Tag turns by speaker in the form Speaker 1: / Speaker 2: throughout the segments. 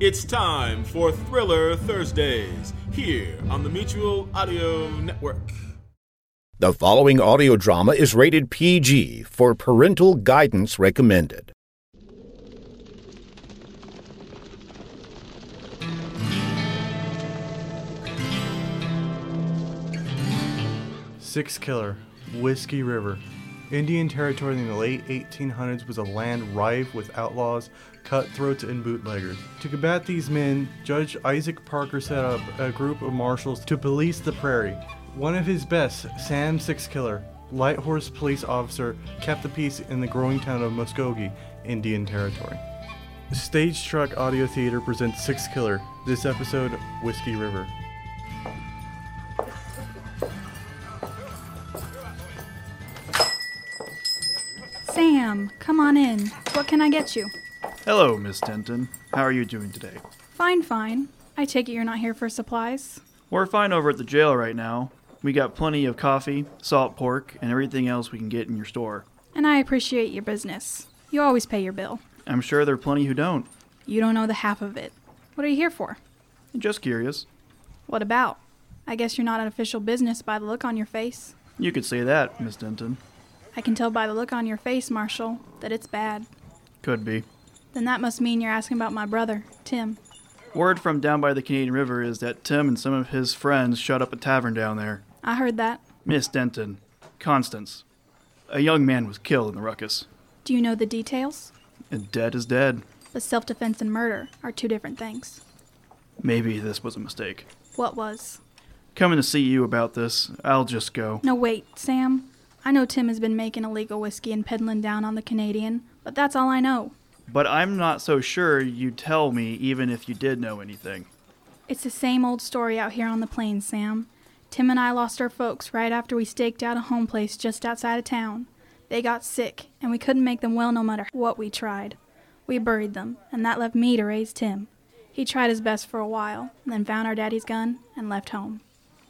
Speaker 1: It's time for Thriller Thursdays here on the Mutual Audio Network.
Speaker 2: The following audio drama is rated PG for parental guidance recommended.
Speaker 3: Six Killer, Whiskey River. Indian Territory in the late 1800s was a land rife with outlaws, cutthroats, and bootleggers. To combat these men, Judge Isaac Parker set up a group of marshals to police the prairie. One of his best, Sam Six Killer, light horse police officer, kept the peace in the growing town of Muskogee, Indian Territory. Stage Truck Audio Theater presents Six Killer, this episode, Whiskey River.
Speaker 4: Sam, come on in. What can I get you?
Speaker 5: Hello, Miss Denton. How are you doing today?
Speaker 4: Fine, fine. I take it you're not here for supplies.
Speaker 5: We're fine over at the jail right now. We got plenty of coffee, salt pork, and everything else we can get in your store.
Speaker 4: And I appreciate your business. You always pay your bill.
Speaker 5: I'm sure there are plenty who don't.
Speaker 4: You don't know the half of it. What are you here for?
Speaker 5: Just curious.
Speaker 4: What about? I guess you're not an official business by the look on your face.
Speaker 5: You could say that, Miss Denton.
Speaker 4: I can tell by the look on your face, Marshall, that it's bad.
Speaker 5: Could be.
Speaker 4: Then that must mean you're asking about my brother, Tim.
Speaker 5: Word from down by the Canadian River is that Tim and some of his friends shut up a tavern down there.
Speaker 4: I heard that.
Speaker 5: Miss Denton, Constance. A young man was killed in the ruckus.
Speaker 4: Do you know the details?
Speaker 5: And dead is dead.
Speaker 4: But self defense and murder are two different things.
Speaker 5: Maybe this was a mistake.
Speaker 4: What was?
Speaker 5: Coming to see you about this, I'll just go.
Speaker 4: No, wait, Sam. I know Tim has been making illegal whiskey and peddling down on the Canadian, but that's all I know.
Speaker 5: But I'm not so sure you'd tell me even if you did know anything.
Speaker 4: It's the same old story out here on the plains, Sam. Tim and I lost our folks right after we staked out a home place just outside of town. They got sick, and we couldn't make them well no matter what we tried. We buried them, and that left me to raise Tim. He tried his best for a while, and then found our daddy's gun and left home.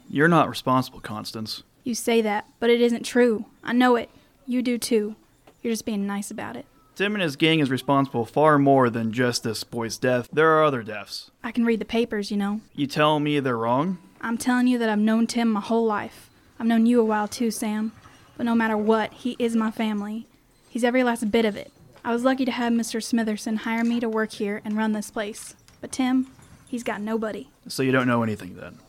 Speaker 5: You're not responsible, Constance.
Speaker 4: You say that, but it isn't true. I know it. You do too. You're just being nice about it.
Speaker 5: Tim and his gang is responsible far more than just this boy's death. There are other deaths.
Speaker 4: I can read the papers, you know.
Speaker 5: You tell me they're wrong?
Speaker 4: I'm telling you that I've known Tim my whole life. I've known you a while too, Sam. But no matter what, he is my family. He's every last bit of it. I was lucky to have Mr. Smitherson hire me to work here and run this place. But Tim, he's got nobody.
Speaker 5: So you don't know anything then.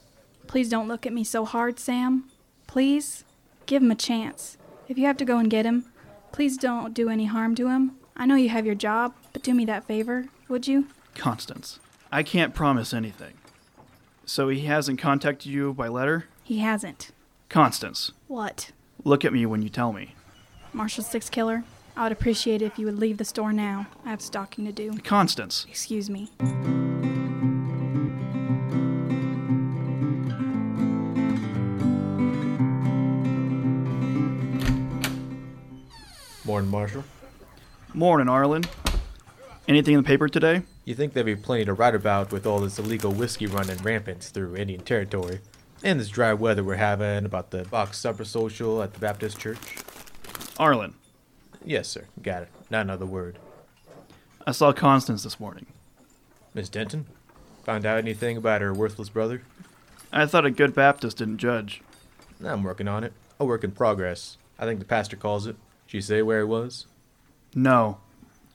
Speaker 4: Please don't look at me so hard, Sam. Please, give him a chance. If you have to go and get him, please don't do any harm to him. I know you have your job, but do me that favor, would you?
Speaker 5: Constance, I can't promise anything. So he hasn't contacted you by letter?
Speaker 4: He hasn't.
Speaker 5: Constance,
Speaker 4: What?
Speaker 5: look at me when you tell me.
Speaker 4: Marshall Six Killer, I would appreciate it if you would leave the store now. I have stocking to do.
Speaker 5: Constance,
Speaker 4: Excuse me.
Speaker 6: Morning, Marshall.
Speaker 5: morning, Arlen. Anything in the paper today?
Speaker 6: You think there'd be plenty to write about with all this illegal whiskey running rampant through Indian territory, and this dry weather we're having about the box supper social at the Baptist church?
Speaker 5: Arlen,
Speaker 6: Yes, sir. Got it. Not another word.
Speaker 5: I saw Constance this morning.
Speaker 6: Miss Denton, found out anything about her worthless brother?
Speaker 5: I thought a good Baptist didn't judge.
Speaker 6: I'm working on it. A work in progress. I think the pastor calls it. She say where he was.
Speaker 5: No,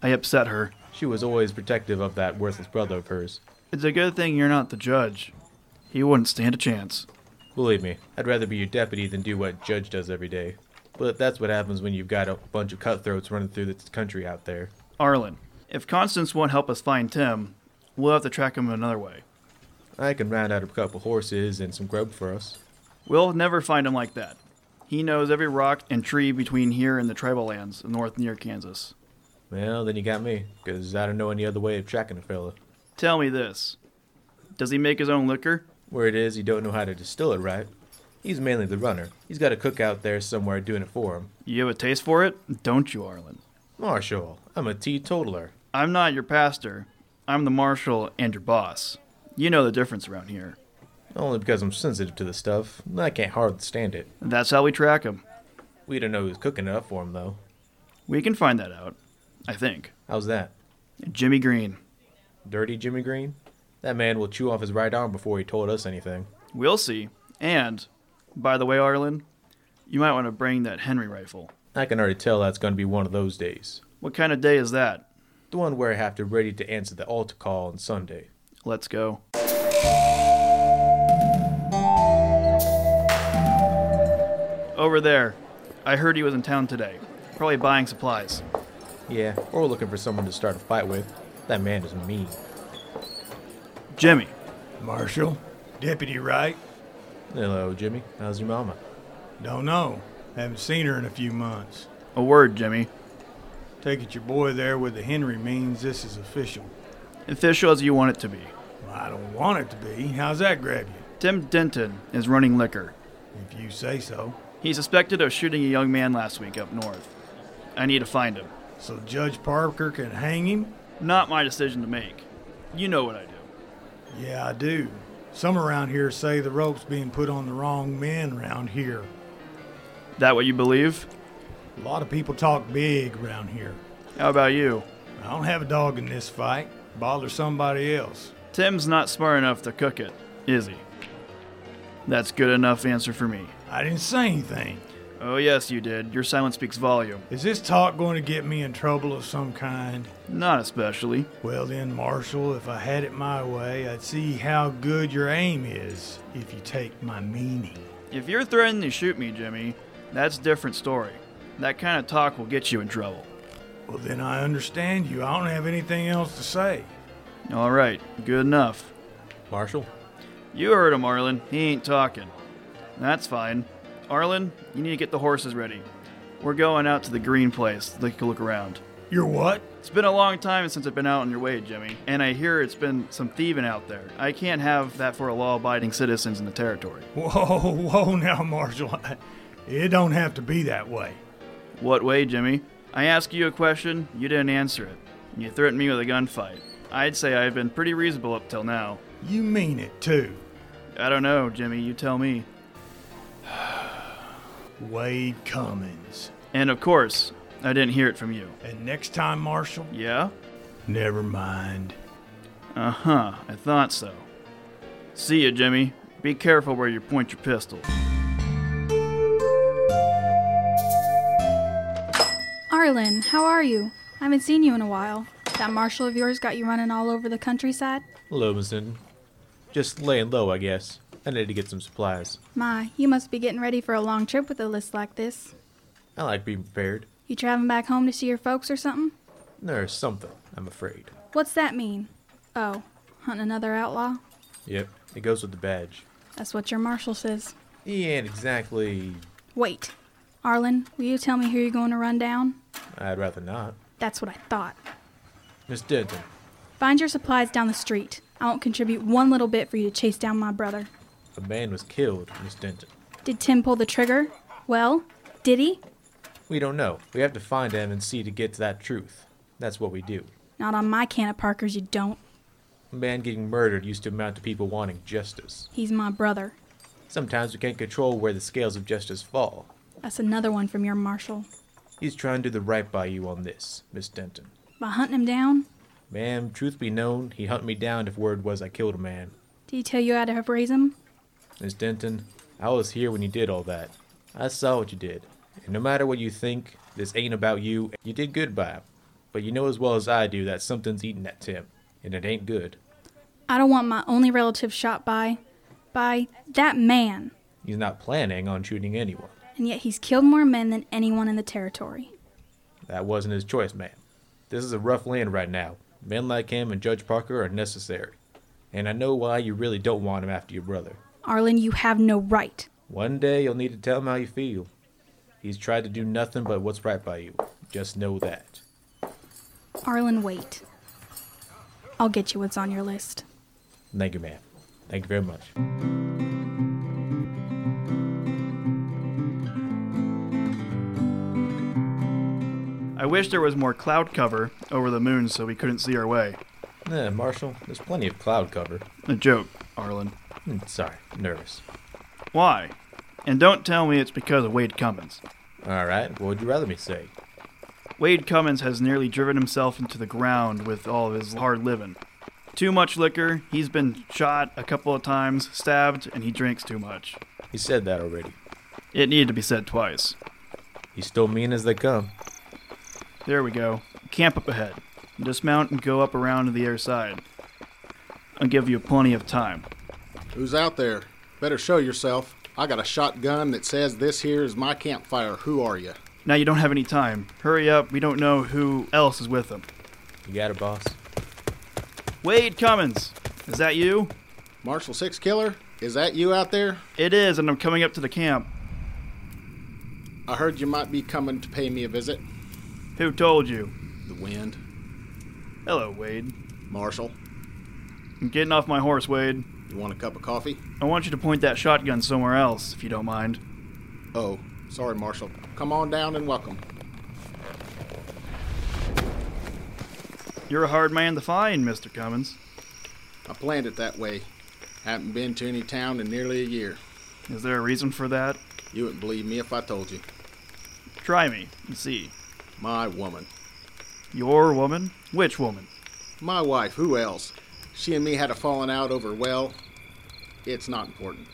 Speaker 5: I upset her.
Speaker 6: She was always protective of that worthless brother of hers.
Speaker 5: It's a good thing you're not the judge. He wouldn't stand a chance.
Speaker 6: Believe me, I'd rather be your deputy than do what Judge does every day. But that's what happens when you've got a bunch of cutthroats running through this country out there.
Speaker 5: Arlen, if Constance won't help us find Tim, we'll have to track him another way.
Speaker 6: I can round out a couple horses and some grub for us.
Speaker 5: We'll never find him like that. He knows every rock and tree between here and the tribal lands north near Kansas.
Speaker 6: Well, then you got me, 'cause I don't know any other way of tracking a fella.
Speaker 5: Tell me this. Does he make his own liquor?
Speaker 6: Where it is, you don't know how to distill it right. He's mainly the runner. He's got a cook out there somewhere doing it for him.
Speaker 5: You have a taste for it? Don't you, Arlen?
Speaker 6: Marshall, I'm a teetotaler.
Speaker 5: I'm not your pastor. I'm the marshal and your boss. You know the difference around here.
Speaker 6: Only because I'm sensitive to the stuff. and I can't hardly stand it.
Speaker 5: That's how we track him.
Speaker 6: We don't know who's cooking it up for him, though.
Speaker 5: We can find that out. I think.
Speaker 6: How's that?
Speaker 5: Jimmy Green.
Speaker 6: Dirty Jimmy Green? That man will chew off his right arm before he told us anything.
Speaker 5: We'll see. And, by the way, Arlen, you might want to bring that Henry rifle.
Speaker 6: I can already tell that's going to be one of those days.
Speaker 5: What kind of day is that?
Speaker 6: The one where I have to ready to answer the altar call on Sunday.
Speaker 5: Let's go. Over there. I heard he was in town today. Probably buying supplies.
Speaker 6: Yeah, or looking for someone to start a fight with. That man is mean.
Speaker 5: Jimmy,
Speaker 7: Marshal, Deputy Wright,
Speaker 6: Hello, Jimmy. How's your mama?
Speaker 7: don't know. Haven't seen her in a few months.
Speaker 5: a word, Jimmy.
Speaker 7: Take it your boy there with the Henry means this is official.
Speaker 5: Official as you want it to be.
Speaker 7: Well, I don't want it to be. How's that grab you?
Speaker 5: Tim Denton is running liquor.
Speaker 7: If you say so.
Speaker 5: He's suspected of shooting a young man last week up north. I need to find him.
Speaker 7: So Judge Parker can hang him?
Speaker 5: Not my decision to make. You know what I do.
Speaker 7: Yeah, I do. Some around here say the rope's being put on the wrong men round here.
Speaker 5: That what you believe?
Speaker 7: A lot of people talk big round here.
Speaker 5: How about you?
Speaker 7: I don't have a dog in this fight. Bother somebody else.
Speaker 5: Tim's not smart enough to cook it, is he? That's good enough answer for me.
Speaker 7: I didn't say anything.
Speaker 5: Oh, yes, you did. Your silence speaks volume.
Speaker 7: Is this talk going to get me in trouble of some kind?
Speaker 5: Not especially.
Speaker 7: Well, then, Marshal, if I had it my way, I'd see how good your aim is if you take my meaning.
Speaker 5: If you're threatening to shoot me, Jimmy, that's a different story. That kind of talk will get you in trouble.
Speaker 7: Well, then I understand you. I don't have anything else to say.
Speaker 5: All right, good enough.
Speaker 6: Marshall?
Speaker 5: You heard him, Arlen. He ain't talking. That's fine. Arlen, you need to get the horses ready. We're going out to the green place. to Take a look around.
Speaker 7: You're what?
Speaker 5: It's been a long time since I've been out on your way, Jimmy, and I hear it's been some thieving out there. I can't have that for law abiding citizens in the territory.
Speaker 7: Whoa, whoa, now, Marshal. It don't have to be that way.
Speaker 5: What way, Jimmy? I asked you a question, you didn't answer it, and you threatened me with a gunfight. I'd say I've been pretty reasonable up till now.
Speaker 7: You mean it, too.
Speaker 5: I don't know, Jimmy, you tell me.
Speaker 7: Wade Cummins.
Speaker 5: And of course, I didn't hear it from you.
Speaker 7: And next time, Marshal,
Speaker 5: Yeah?
Speaker 7: never mind.
Speaker 5: Uh huh, I thought so. See ya, Jimmy. Be careful where you point your pistol.
Speaker 4: Arlen, how are you? I haven't seen you in a while. That marshal of yours got you running all over the countryside?
Speaker 6: Hello, Miss Denton. Just laying low, I guess. I need to get some supplies.
Speaker 4: My, you must be getting ready for a long trip with a list like this.
Speaker 6: I like being prepared.
Speaker 4: You traveling back home to see your folks or something?
Speaker 6: There's something, I'm afraid.
Speaker 4: What's that mean? Oh, hunting another outlaw?
Speaker 6: Yep, it goes with the badge.
Speaker 4: That's what your marshal says.
Speaker 6: He ain't exactly.
Speaker 4: Wait. Arlen, will you tell me who you're going to run down?
Speaker 6: I'd rather not.
Speaker 4: That's what I thought.
Speaker 6: Miss Denton,
Speaker 4: Find your supplies down the street. I won't contribute one little bit for you to chase down my brother.
Speaker 6: a man was killed, Miss Denton.
Speaker 4: Did Tim pull the trigger? Well, did he?
Speaker 6: We don't know. We have to find him and see to get to that truth. That's what we do.
Speaker 4: Not on my can of Parkers, you don't.
Speaker 6: A man getting murdered used to amount to people wanting justice.
Speaker 4: He's my brother.
Speaker 6: Sometimes we can't control where the scales of justice fall.
Speaker 4: That's another one from your marshal.
Speaker 6: He's trying to do the right by you on this, Miss Denton.
Speaker 4: By hunting him down?
Speaker 6: Ma'am, truth be known, he hunted me down if word was I killed a man.
Speaker 4: Did he tell you how to have raised him?
Speaker 6: Miss Denton, I was here when you did all that. I saw what you did. And no matter what you think, this ain't about you. You did good by him. But you know as well as I do that something's eating at Tim. And it ain't good.
Speaker 4: I don't want my only relative shot by. by that man.
Speaker 6: He's not planning on shooting anyone.
Speaker 4: And yet he's killed more men than anyone in the territory.
Speaker 6: That wasn't his choice, ma'am. This is a rough land right now. Men like him and Judge Parker are necessary. And I know why you really don't want him after your brother.
Speaker 4: Arlen, you have no right.
Speaker 6: One day you'll need to tell him how you feel. He's tried to do nothing but what's right by you. Just know that.
Speaker 4: Arlen, wait. I'll get you what's on your list.
Speaker 6: Thank you, ma'am. Thank you very much.
Speaker 5: I wish there was more cloud cover over the moon so we couldn't see our way.
Speaker 6: Eh, Marshall, there's plenty of cloud cover.
Speaker 5: A joke, Arlen.
Speaker 6: Hmm, Sorry, nervous.
Speaker 5: Why? And don't tell me it's because of Wade Cummins.
Speaker 6: All right, what would you rather me say?
Speaker 5: Wade Cummins has nearly driven himself into the ground with all of his hard living. Too much liquor, he's been shot a couple of times, stabbed, and he drinks too much.
Speaker 6: He said that already.
Speaker 5: It needed to be said twice.
Speaker 6: He's still mean as they come.
Speaker 5: There we go. Camp up ahead. Dismount and go up around to the air side. I'll give you plenty of time.
Speaker 3: Who's out there? Better show yourself. I got a shotgun that says this here is my campfire. Who are you?
Speaker 5: Now you don't have any time. Hurry up, we don't know who else is with them.
Speaker 6: You got it, boss.
Speaker 5: Wade Cummins! Is that you?
Speaker 3: Marshal Six Killer? Is that you out there?
Speaker 5: It is, and I'm coming up to the camp.
Speaker 3: I heard you might be coming to pay me a visit.
Speaker 5: Who told you?
Speaker 3: The wind.
Speaker 5: Hello, Wade.
Speaker 3: Marshal,
Speaker 5: I'm getting off my horse, Wade.
Speaker 3: you want a cup of coffee?
Speaker 5: I want you to point that shotgun somewhere else, if you don't mind.
Speaker 3: Oh, sorry, Marshal. Come on down and welcome.
Speaker 5: You're a hard man to find, Mr. Cummins.
Speaker 3: I planned it that way. Haven't been to any town in nearly a year.
Speaker 5: Is there a reason for that?
Speaker 3: You wouldn't believe me if I told you.
Speaker 5: Try me and see.
Speaker 3: My woman.
Speaker 5: Your woman? Which woman?
Speaker 3: My wife, who else? She and me had a falling out over, well, it's not important.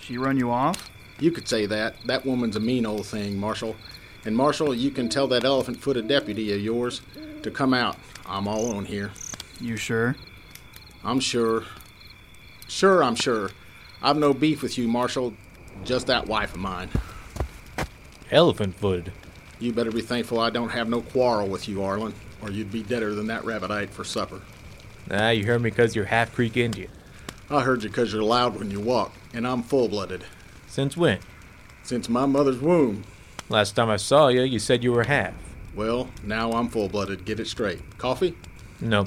Speaker 5: She run you off?
Speaker 3: You could say that. That woman's a mean old thing, Marshal. And, Marshal, you can tell that elephant footed deputy of yours to come out. I'm all on here.
Speaker 5: You sure?
Speaker 3: I'm sure. Sure, I'm sure. I've no beef with you, Marshal. Just that wife of mine.
Speaker 6: Elephant footed.
Speaker 3: You better be thankful I don't have no quarrel with you, Arlen, or you'd be deader than that rabbit I ate for supper.
Speaker 6: Ah, you heard me because you're half Creek Indian.
Speaker 3: I heard you 'cause you're loud when you walk, and I'm full blooded.
Speaker 6: Since when?
Speaker 3: Since my mother's womb.
Speaker 6: Last time I saw you, you said you were half.
Speaker 3: Well, now I'm full blooded. Get it straight. Coffee?
Speaker 6: No,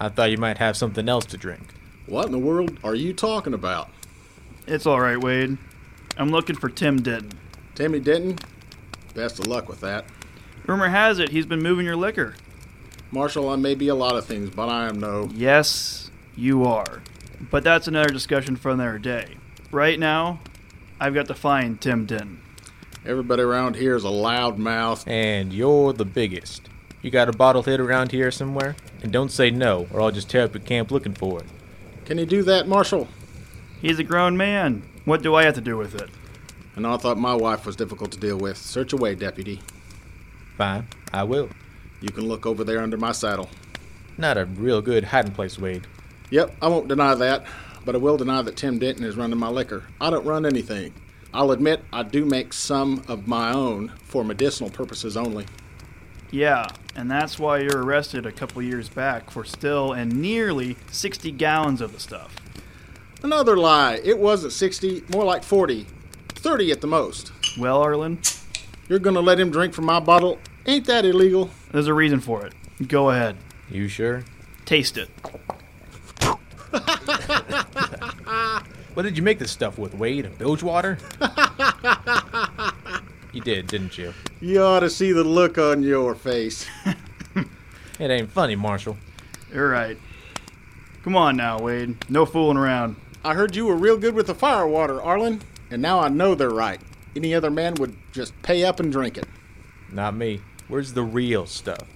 Speaker 6: I thought you might have something else to drink.
Speaker 3: What in the world are you talking about?
Speaker 5: It's all right, Wade. I'm looking for Tim Denton.
Speaker 3: Timmy Denton? Best of luck with that.
Speaker 5: Rumor has it he's been moving your liquor.
Speaker 3: Marshal, I may be a lot of things, but I am no.
Speaker 5: Yes, you are. But that's another discussion for another day. Right now, I've got to find Tim Denton.
Speaker 3: Everybody around here is a loud mouth.
Speaker 6: And you're the biggest. You got a bottle hid around here somewhere? And don't say no, or I'll just tear up your camp looking for it.
Speaker 3: Can you do that, Marshal?
Speaker 5: He's a grown man. What do I have to do with it?
Speaker 3: And I thought my wife was difficult to deal with. Search away, deputy.
Speaker 6: Fine, I will.
Speaker 3: You can look over there under my saddle.
Speaker 6: Not a real good hiding place, Wade.
Speaker 3: Yep, I won't deny that, but I will deny that Tim Denton is running my liquor. I don't run anything. I'll admit I do make some of my own for medicinal purposes only.
Speaker 5: Yeah, and that's why you're arrested a couple years back for still and nearly 60 gallons of the stuff.
Speaker 3: Another lie. It wasn't 60, more like 40. 30 at the most.
Speaker 5: Well, Arlen,
Speaker 3: You're gonna let him drink from my bottle? Ain't that illegal?
Speaker 5: there's a reason for it. Go ahead,
Speaker 6: You sure?
Speaker 5: taste it.
Speaker 6: What did you make this stuff with, Wade? Bilge water? you did, didn't you?
Speaker 3: You ought to see the look on your face.
Speaker 6: It ain't funny, Marshall.
Speaker 5: You're right. Come on now, Wade. No fooling around.
Speaker 3: I heard you were real good with the firewater, Arlen, and now I know they're right. Any other man would just pay up and drink it.
Speaker 6: Not me. Where's the real stuff?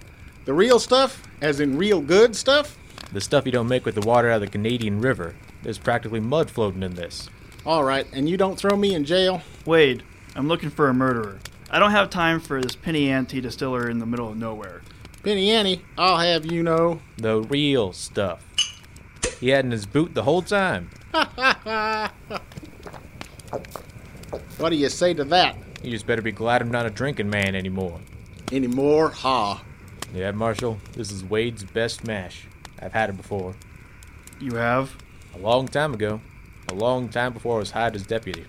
Speaker 3: The real stuff, as in real good stuff?
Speaker 6: The stuff you don't make with the water out of the Canadian River. There's practically mud floating in this.
Speaker 3: All right, and you don't throw me in jail?
Speaker 5: Wade, I'm looking for a murderer. I don't have time for this penny ante distiller in the middle of nowhere.
Speaker 3: Penny Annie, I'll have you know.
Speaker 6: The real stuff. He had in his boot the whole time.
Speaker 3: What do you say to that?
Speaker 6: You just better be glad I'm not a drinking man anymore.
Speaker 3: Any more? Ha.
Speaker 6: Yeah, Marshall, this is Wade's best mash. I've had it before.
Speaker 5: You have?
Speaker 6: A long time ago. A long time before I was hired as deputy.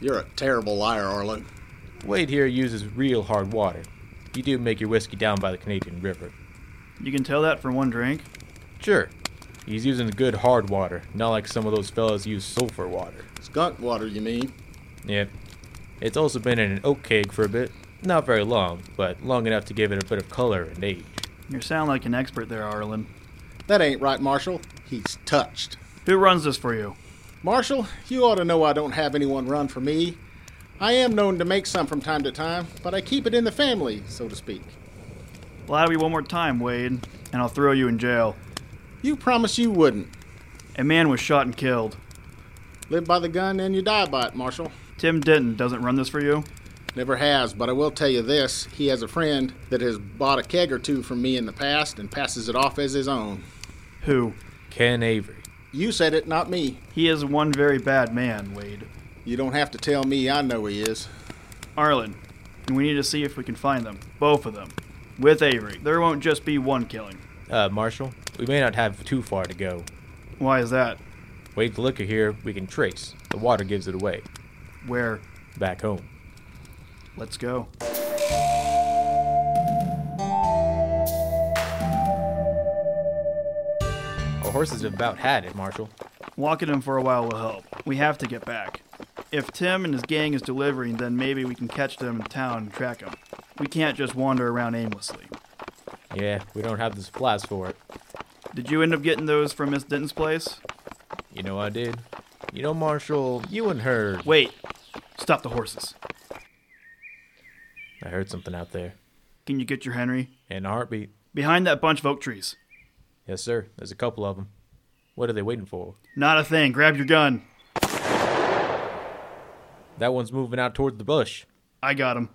Speaker 3: You're a terrible liar, Arlen.
Speaker 6: Wade here uses real hard water. You do make your whiskey down by the Canadian River.
Speaker 5: You can tell that from one drink.
Speaker 6: Sure. He's using good hard water, not like some of those fellas use sulfur water.
Speaker 8: Skunk water, you mean?
Speaker 6: Yep. It's also been in an oak keg for a bit. Not very long, but long enough to give it a bit of color and age.
Speaker 5: You sound like an expert there, Arlen.
Speaker 8: That ain't right, Marshall. He's touched.
Speaker 5: Who runs this for you?
Speaker 8: Marshall, you ought to know I don't have anyone run for me. I am known to make some from time to time, but I keep it in the family, so to speak.
Speaker 5: Lie to me one more time, Wade, and I'll throw you in jail.
Speaker 8: You promised you wouldn't.
Speaker 5: A man was shot and killed.
Speaker 8: Live by the gun and you die by it, Marshall.
Speaker 5: Tim Denton doesn't run this for you.
Speaker 8: Never has, but I will tell you this he has a friend that has bought a keg or two from me in the past and passes it off as his own.
Speaker 5: Who?
Speaker 6: Ken Avery.
Speaker 8: You said it, not me.
Speaker 5: He is one very bad man, Wade.
Speaker 8: You don't have to tell me, I know he is.
Speaker 5: Arlen, we need to see if we can find them. Both of them. With Avery. There won't just be one killing.
Speaker 6: Uh, Marshall, we may not have too far to go.
Speaker 5: Why is that?
Speaker 6: Wait, the liquor here we can trace. The water gives it away.
Speaker 5: Where?
Speaker 6: Back home.
Speaker 5: Let's go.
Speaker 6: Our horses have about had it, Marshall.
Speaker 5: Walking him for a while will help. We have to get back. If Tim and his gang is delivering, then maybe we can catch them in town and track them. We can't just wander around aimlessly.
Speaker 6: Yeah, we don't have the supplies for it.
Speaker 5: Did you end up getting those from Miss Denton's place?
Speaker 6: You know I did. You know, Marshall, you and her.
Speaker 5: Wait. Stop the horses.
Speaker 6: I heard something out there.
Speaker 5: Can you get your Henry?
Speaker 6: In a heartbeat.
Speaker 5: Behind that bunch of oak trees.
Speaker 6: Yes, sir. There's a couple of them. What are they waiting for?
Speaker 5: Not a thing. Grab your gun.
Speaker 6: That one's moving out toward the bush.
Speaker 5: I got him.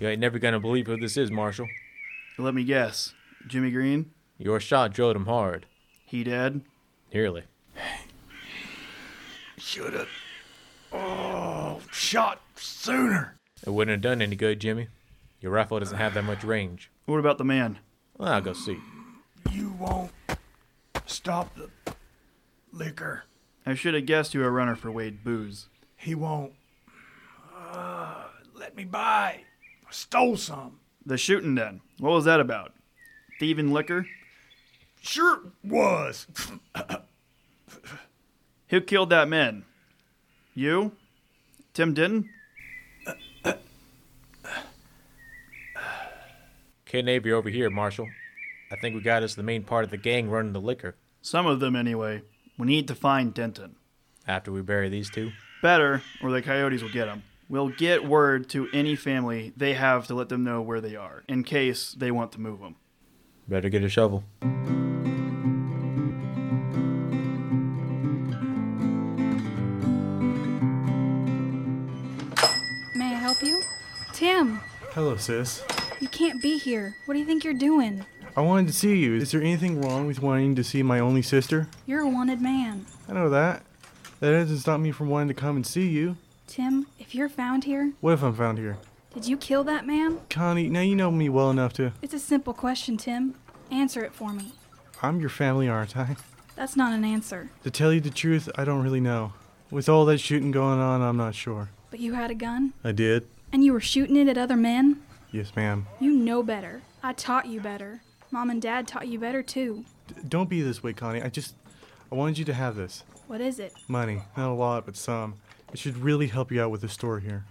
Speaker 6: You ain't never gonna believe who this is, Marshall.
Speaker 5: Let me guess. Jimmy Green?
Speaker 6: Your shot drilled him hard.
Speaker 5: He dead?
Speaker 6: Nearly.
Speaker 7: Should have. Oh, shot sooner.
Speaker 6: It wouldn't have done any good, Jimmy. Your rifle doesn't have that much range.
Speaker 5: What about the man?
Speaker 6: Well, I'll go see.
Speaker 7: You won't stop the liquor.
Speaker 5: I should have guessed you were a runner for Wade Booze.
Speaker 7: He won't uh, let me buy. I stole some.
Speaker 5: The shooting then. What was that about? Thieving liquor?
Speaker 7: Sure was.
Speaker 5: Who killed that man? You? Tim Denton?
Speaker 6: Kid Avery over here, Marshall. I think we got us the main part of the gang running the liquor.
Speaker 5: Some of them, anyway. We need to find Denton.
Speaker 6: After we bury these two,
Speaker 5: Better, or the coyotes will get him. We'll get word to any family they have to let them know where they are, in case they want to move them.
Speaker 6: better get a shovel.
Speaker 4: May I help you? Tim,
Speaker 3: Hello, sis.
Speaker 4: you can't be here. What do you think you're doing?
Speaker 3: I wanted to see you. Is there anything wrong with wanting to see my only sister?
Speaker 4: You're a wanted man.
Speaker 3: I know that. That doesn't stop me from wanting to come and see you.
Speaker 4: Tim, if you're found here,
Speaker 3: What if I'm found here?
Speaker 4: did you kill that man?
Speaker 3: Connie, now you know me well enough to.
Speaker 4: It's a simple question, Tim. Answer it for me.
Speaker 3: I'm your family, aren't I?
Speaker 4: That's not an answer.
Speaker 3: To tell you the truth, I don't really know. With all that shooting going on, I'm not sure.
Speaker 4: But you had a gun,
Speaker 3: I did?
Speaker 4: and you were shooting it at other men?
Speaker 3: Yes, ma'am.
Speaker 4: You know better. I taught you better. Mom and Dad taught you better, too.
Speaker 3: D- don't be this way, Connie. I just. I wanted you to have this.
Speaker 4: What is it?
Speaker 3: Money. Not a lot, but some. It should really help you out with the store here.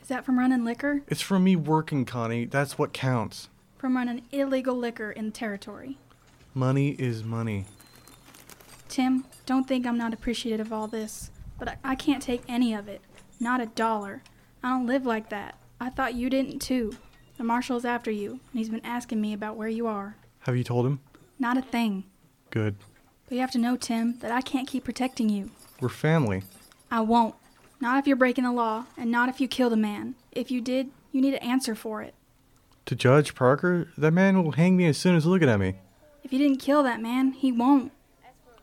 Speaker 4: Is that from running liquor?
Speaker 3: It's from me working, Connie. That's what counts.
Speaker 4: From running illegal liquor in the territory.
Speaker 3: Money is money.
Speaker 4: Tim, don't think I'm not appreciative of all this, but I, I can't take any of it. Not a dollar. I don't live like that. I thought you didn't, too. The marshal's after you, and he's been asking me about where you are.
Speaker 3: Have you told him?
Speaker 4: Not a thing.
Speaker 3: Good.
Speaker 4: But you have to know, Tim, that I can't keep protecting you.
Speaker 3: We're family.
Speaker 4: I won't. Not if you're breaking the law, and not if you killed a man. If you did, you need an answer for it.
Speaker 3: To Judge Parker, that man will hang me as soon as looking at me.
Speaker 4: If you didn't kill that man, he won't.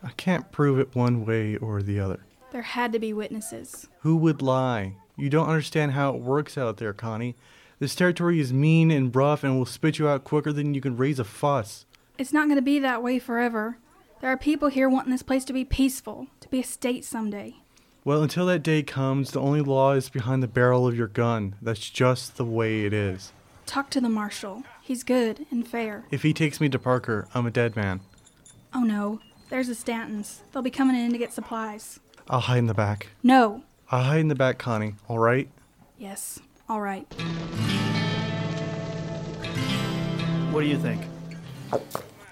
Speaker 3: I can't prove it one way or the other.
Speaker 4: There had to be witnesses.
Speaker 3: Who would lie? You don't understand how it works out there, Connie. This territory is mean and rough and will spit you out quicker than you can raise a fuss.
Speaker 4: It's not going to be that way forever. There are people here wanting this place to be peaceful, to be a state someday.
Speaker 3: Well, until that day comes, the only law is behind the barrel of your gun. That's just the way it is.
Speaker 4: Talk to the marshal. He's good and fair.
Speaker 3: If he takes me to Parker, I'm a dead man.
Speaker 4: Oh no, there's the Stantons. They'll be coming in to get supplies.
Speaker 3: I'll hide in the back.
Speaker 4: No.
Speaker 3: I'll hide in the back, Connie, alright?
Speaker 4: Yes. All right.
Speaker 5: What do you think?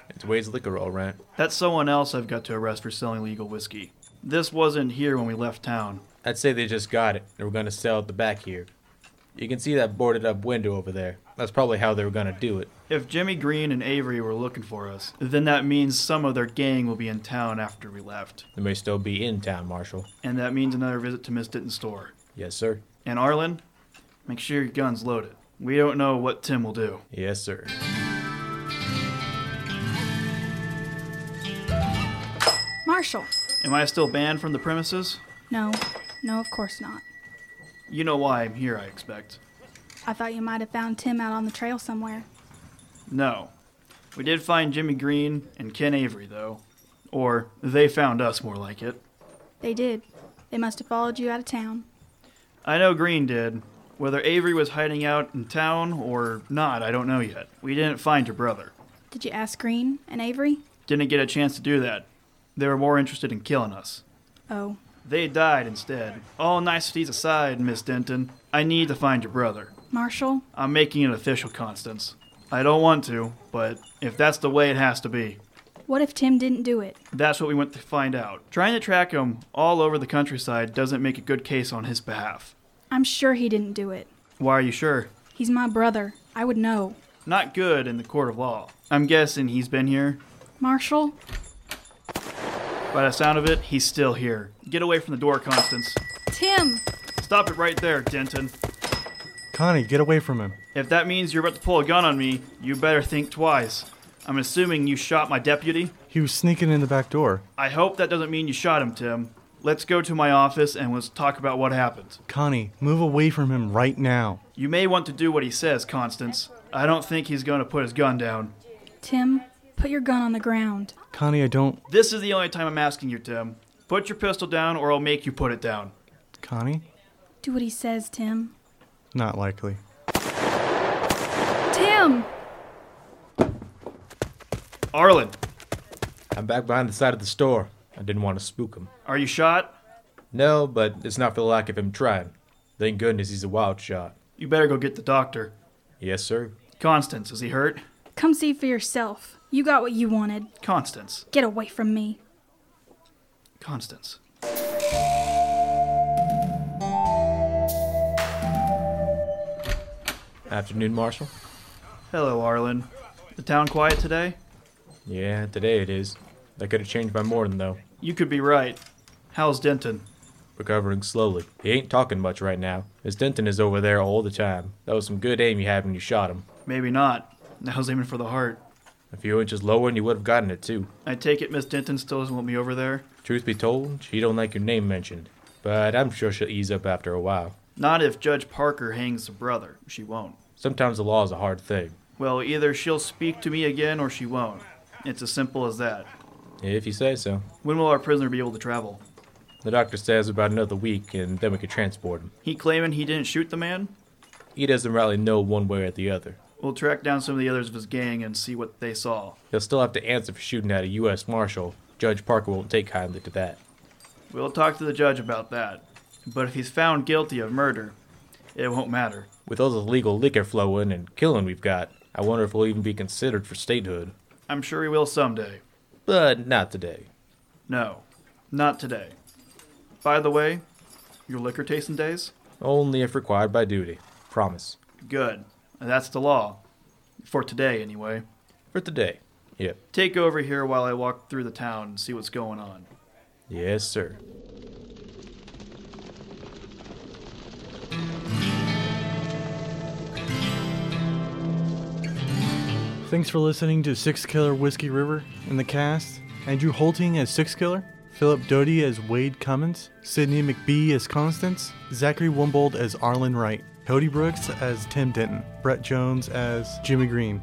Speaker 6: It's Wade's liquor, all right.
Speaker 5: That's someone else I've got to arrest for selling illegal whiskey. This wasn't here when we left town.
Speaker 6: I'd say they just got it and were going to sell it the back here. You can see that boarded up window over there. That's probably how they were going to do it.
Speaker 5: If Jimmy Green and Avery were looking for us, then that means some of their gang will be in town after we left.
Speaker 6: They may still be in town, Marshal.
Speaker 5: And that means another visit to Miss Ditton's store.
Speaker 6: Yes, sir.
Speaker 5: And Arlen, make sure your gun's loaded. We don't know what Tim will do.
Speaker 6: Yes, sir.
Speaker 4: Marshal.
Speaker 5: Am I still banned from the premises?
Speaker 4: No. No, of course not.
Speaker 5: You know why I'm here, I expect.
Speaker 4: I thought you might have found Tim out on the trail somewhere.
Speaker 5: No. We did find Jimmy Green and Ken Avery, though. Or they found us, more like it.
Speaker 4: They did. They must have followed you out of town.
Speaker 5: I know Green did. Whether Avery was hiding out in town or not, I don't know yet. We didn't find your brother.
Speaker 4: Did you ask Green and Avery?
Speaker 5: Didn't get a chance to do that. They were more interested in killing us.
Speaker 4: Oh,
Speaker 5: They died instead. All niceties aside, Miss Denton, I need to find your brother.
Speaker 4: Marshal,
Speaker 5: I'm making it official, Constance. I don't want to, but if that's the way it has to be,
Speaker 4: what if Tim didn't do it?
Speaker 5: that's what we went to find out. Trying to track him all over the countryside doesn't make a good case on his behalf.
Speaker 4: I'm sure he didn't do it.
Speaker 5: Why are you sure?
Speaker 4: He's my brother. I would know.
Speaker 5: Not good in the court of law. I'm guessing he's been here.
Speaker 4: Marshal,
Speaker 5: By the sound of it, he's still here. Get away from the door, Constance.
Speaker 4: Tim!
Speaker 5: Stop it right there, Denton.
Speaker 3: Connie, get away from him.
Speaker 5: If that means you're about to pull a gun on me, you better think twice. I'm assuming you shot my deputy.
Speaker 3: He was sneaking in the back door.
Speaker 5: I hope that doesn't mean you shot him, Tim. Let's go to my office and let's talk about what happened.
Speaker 3: Connie, move away from him right now.
Speaker 5: You may want to do what he says, Constance. I don't think he's going to put his gun down.
Speaker 4: Tim, put your gun on the ground.
Speaker 3: Connie, I don't.
Speaker 5: This is the only time I'm asking you, Tim. Put your pistol down or I'll make you put it down.
Speaker 3: Connie?
Speaker 4: Do what he says, Tim.
Speaker 3: Not likely.
Speaker 4: Tim!
Speaker 5: Arlen,
Speaker 6: I'm back behind the side of the store. I didn't want to spook him.
Speaker 5: are you shot?
Speaker 6: No, but it's not for the lack of him trying. Thank goodness he's a wild shot.
Speaker 5: You better go get the doctor.
Speaker 6: Yes, sir.
Speaker 5: Constance, is he hurt?
Speaker 4: Come see for yourself. You got what you wanted.
Speaker 5: Constance.
Speaker 4: Get away from me.
Speaker 5: Constance.
Speaker 6: Afternoon, Marshal.
Speaker 5: Hello, Arlen. The town quiet today?
Speaker 6: Yeah, today it is. That could have changed by morning, though.
Speaker 5: You could be right. How's Denton?
Speaker 6: Recovering slowly. He ain't talking much right now. Miss Denton is over there all the time. That was some good aim you had when you shot him.
Speaker 5: Maybe not. Now's aiming for the heart.
Speaker 6: A few inches lower and you would have gotten it, too.
Speaker 5: I take it Miss Denton still doesn't want me over there?
Speaker 6: Truth be told, she don't like your name mentioned. But I'm sure she'll ease up after a while.
Speaker 5: Not if Judge Parker hangs the brother. She won't.
Speaker 6: Sometimes the law is a hard thing.
Speaker 5: Well, either she'll speak to me again or she won't. It's as simple as that.
Speaker 6: If you say so.
Speaker 5: When will our prisoner be able to travel?
Speaker 6: The doctor says about another week and then we could transport him.
Speaker 5: He claiming he didn't shoot the man?
Speaker 6: He doesn't really know one way or the other.
Speaker 5: We'll track down some of the others of his gang and see what they saw.
Speaker 6: He'll still have to answer for shooting at a U.S. Marshal. Judge Parker won't take kindly to that.
Speaker 5: We'll talk to the judge about that. But if he's found guilty of murder, it won't matter.
Speaker 6: With all the legal liquor flowing and killing we've got, I wonder if we'll even be considered for statehood.
Speaker 5: I'm sure he will someday.
Speaker 6: But not today.
Speaker 5: No, not today. By the way, your liquor tasting days?
Speaker 6: Only if required by duty. Promise.
Speaker 5: Good. That's the law. For today, anyway.
Speaker 6: For today. Yep.
Speaker 5: Take over here while I walk through the town and see what's going on.
Speaker 6: Yes, sir.
Speaker 3: Thanks for listening to Six Killer Whiskey River. In the cast, Andrew Holting as Six Killer, Philip Doty as Wade Cummins, Sydney McBee as Constance, Zachary Wumbold as Arlen Wright, Cody Brooks as Tim Denton, Brett Jones as Jimmy Green.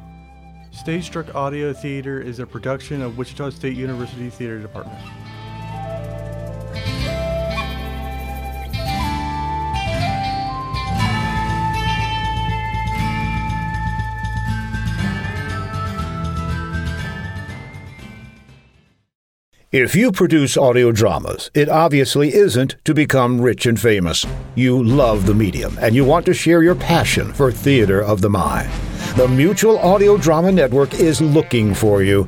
Speaker 3: Stage Struck Audio Theater is a production of Wichita State University Theater Department.
Speaker 2: If you produce audio dramas, it obviously isn't to become rich and famous. You love the medium and you want to share your passion for theater of the mind. The Mutual Audio Drama Network is looking for you.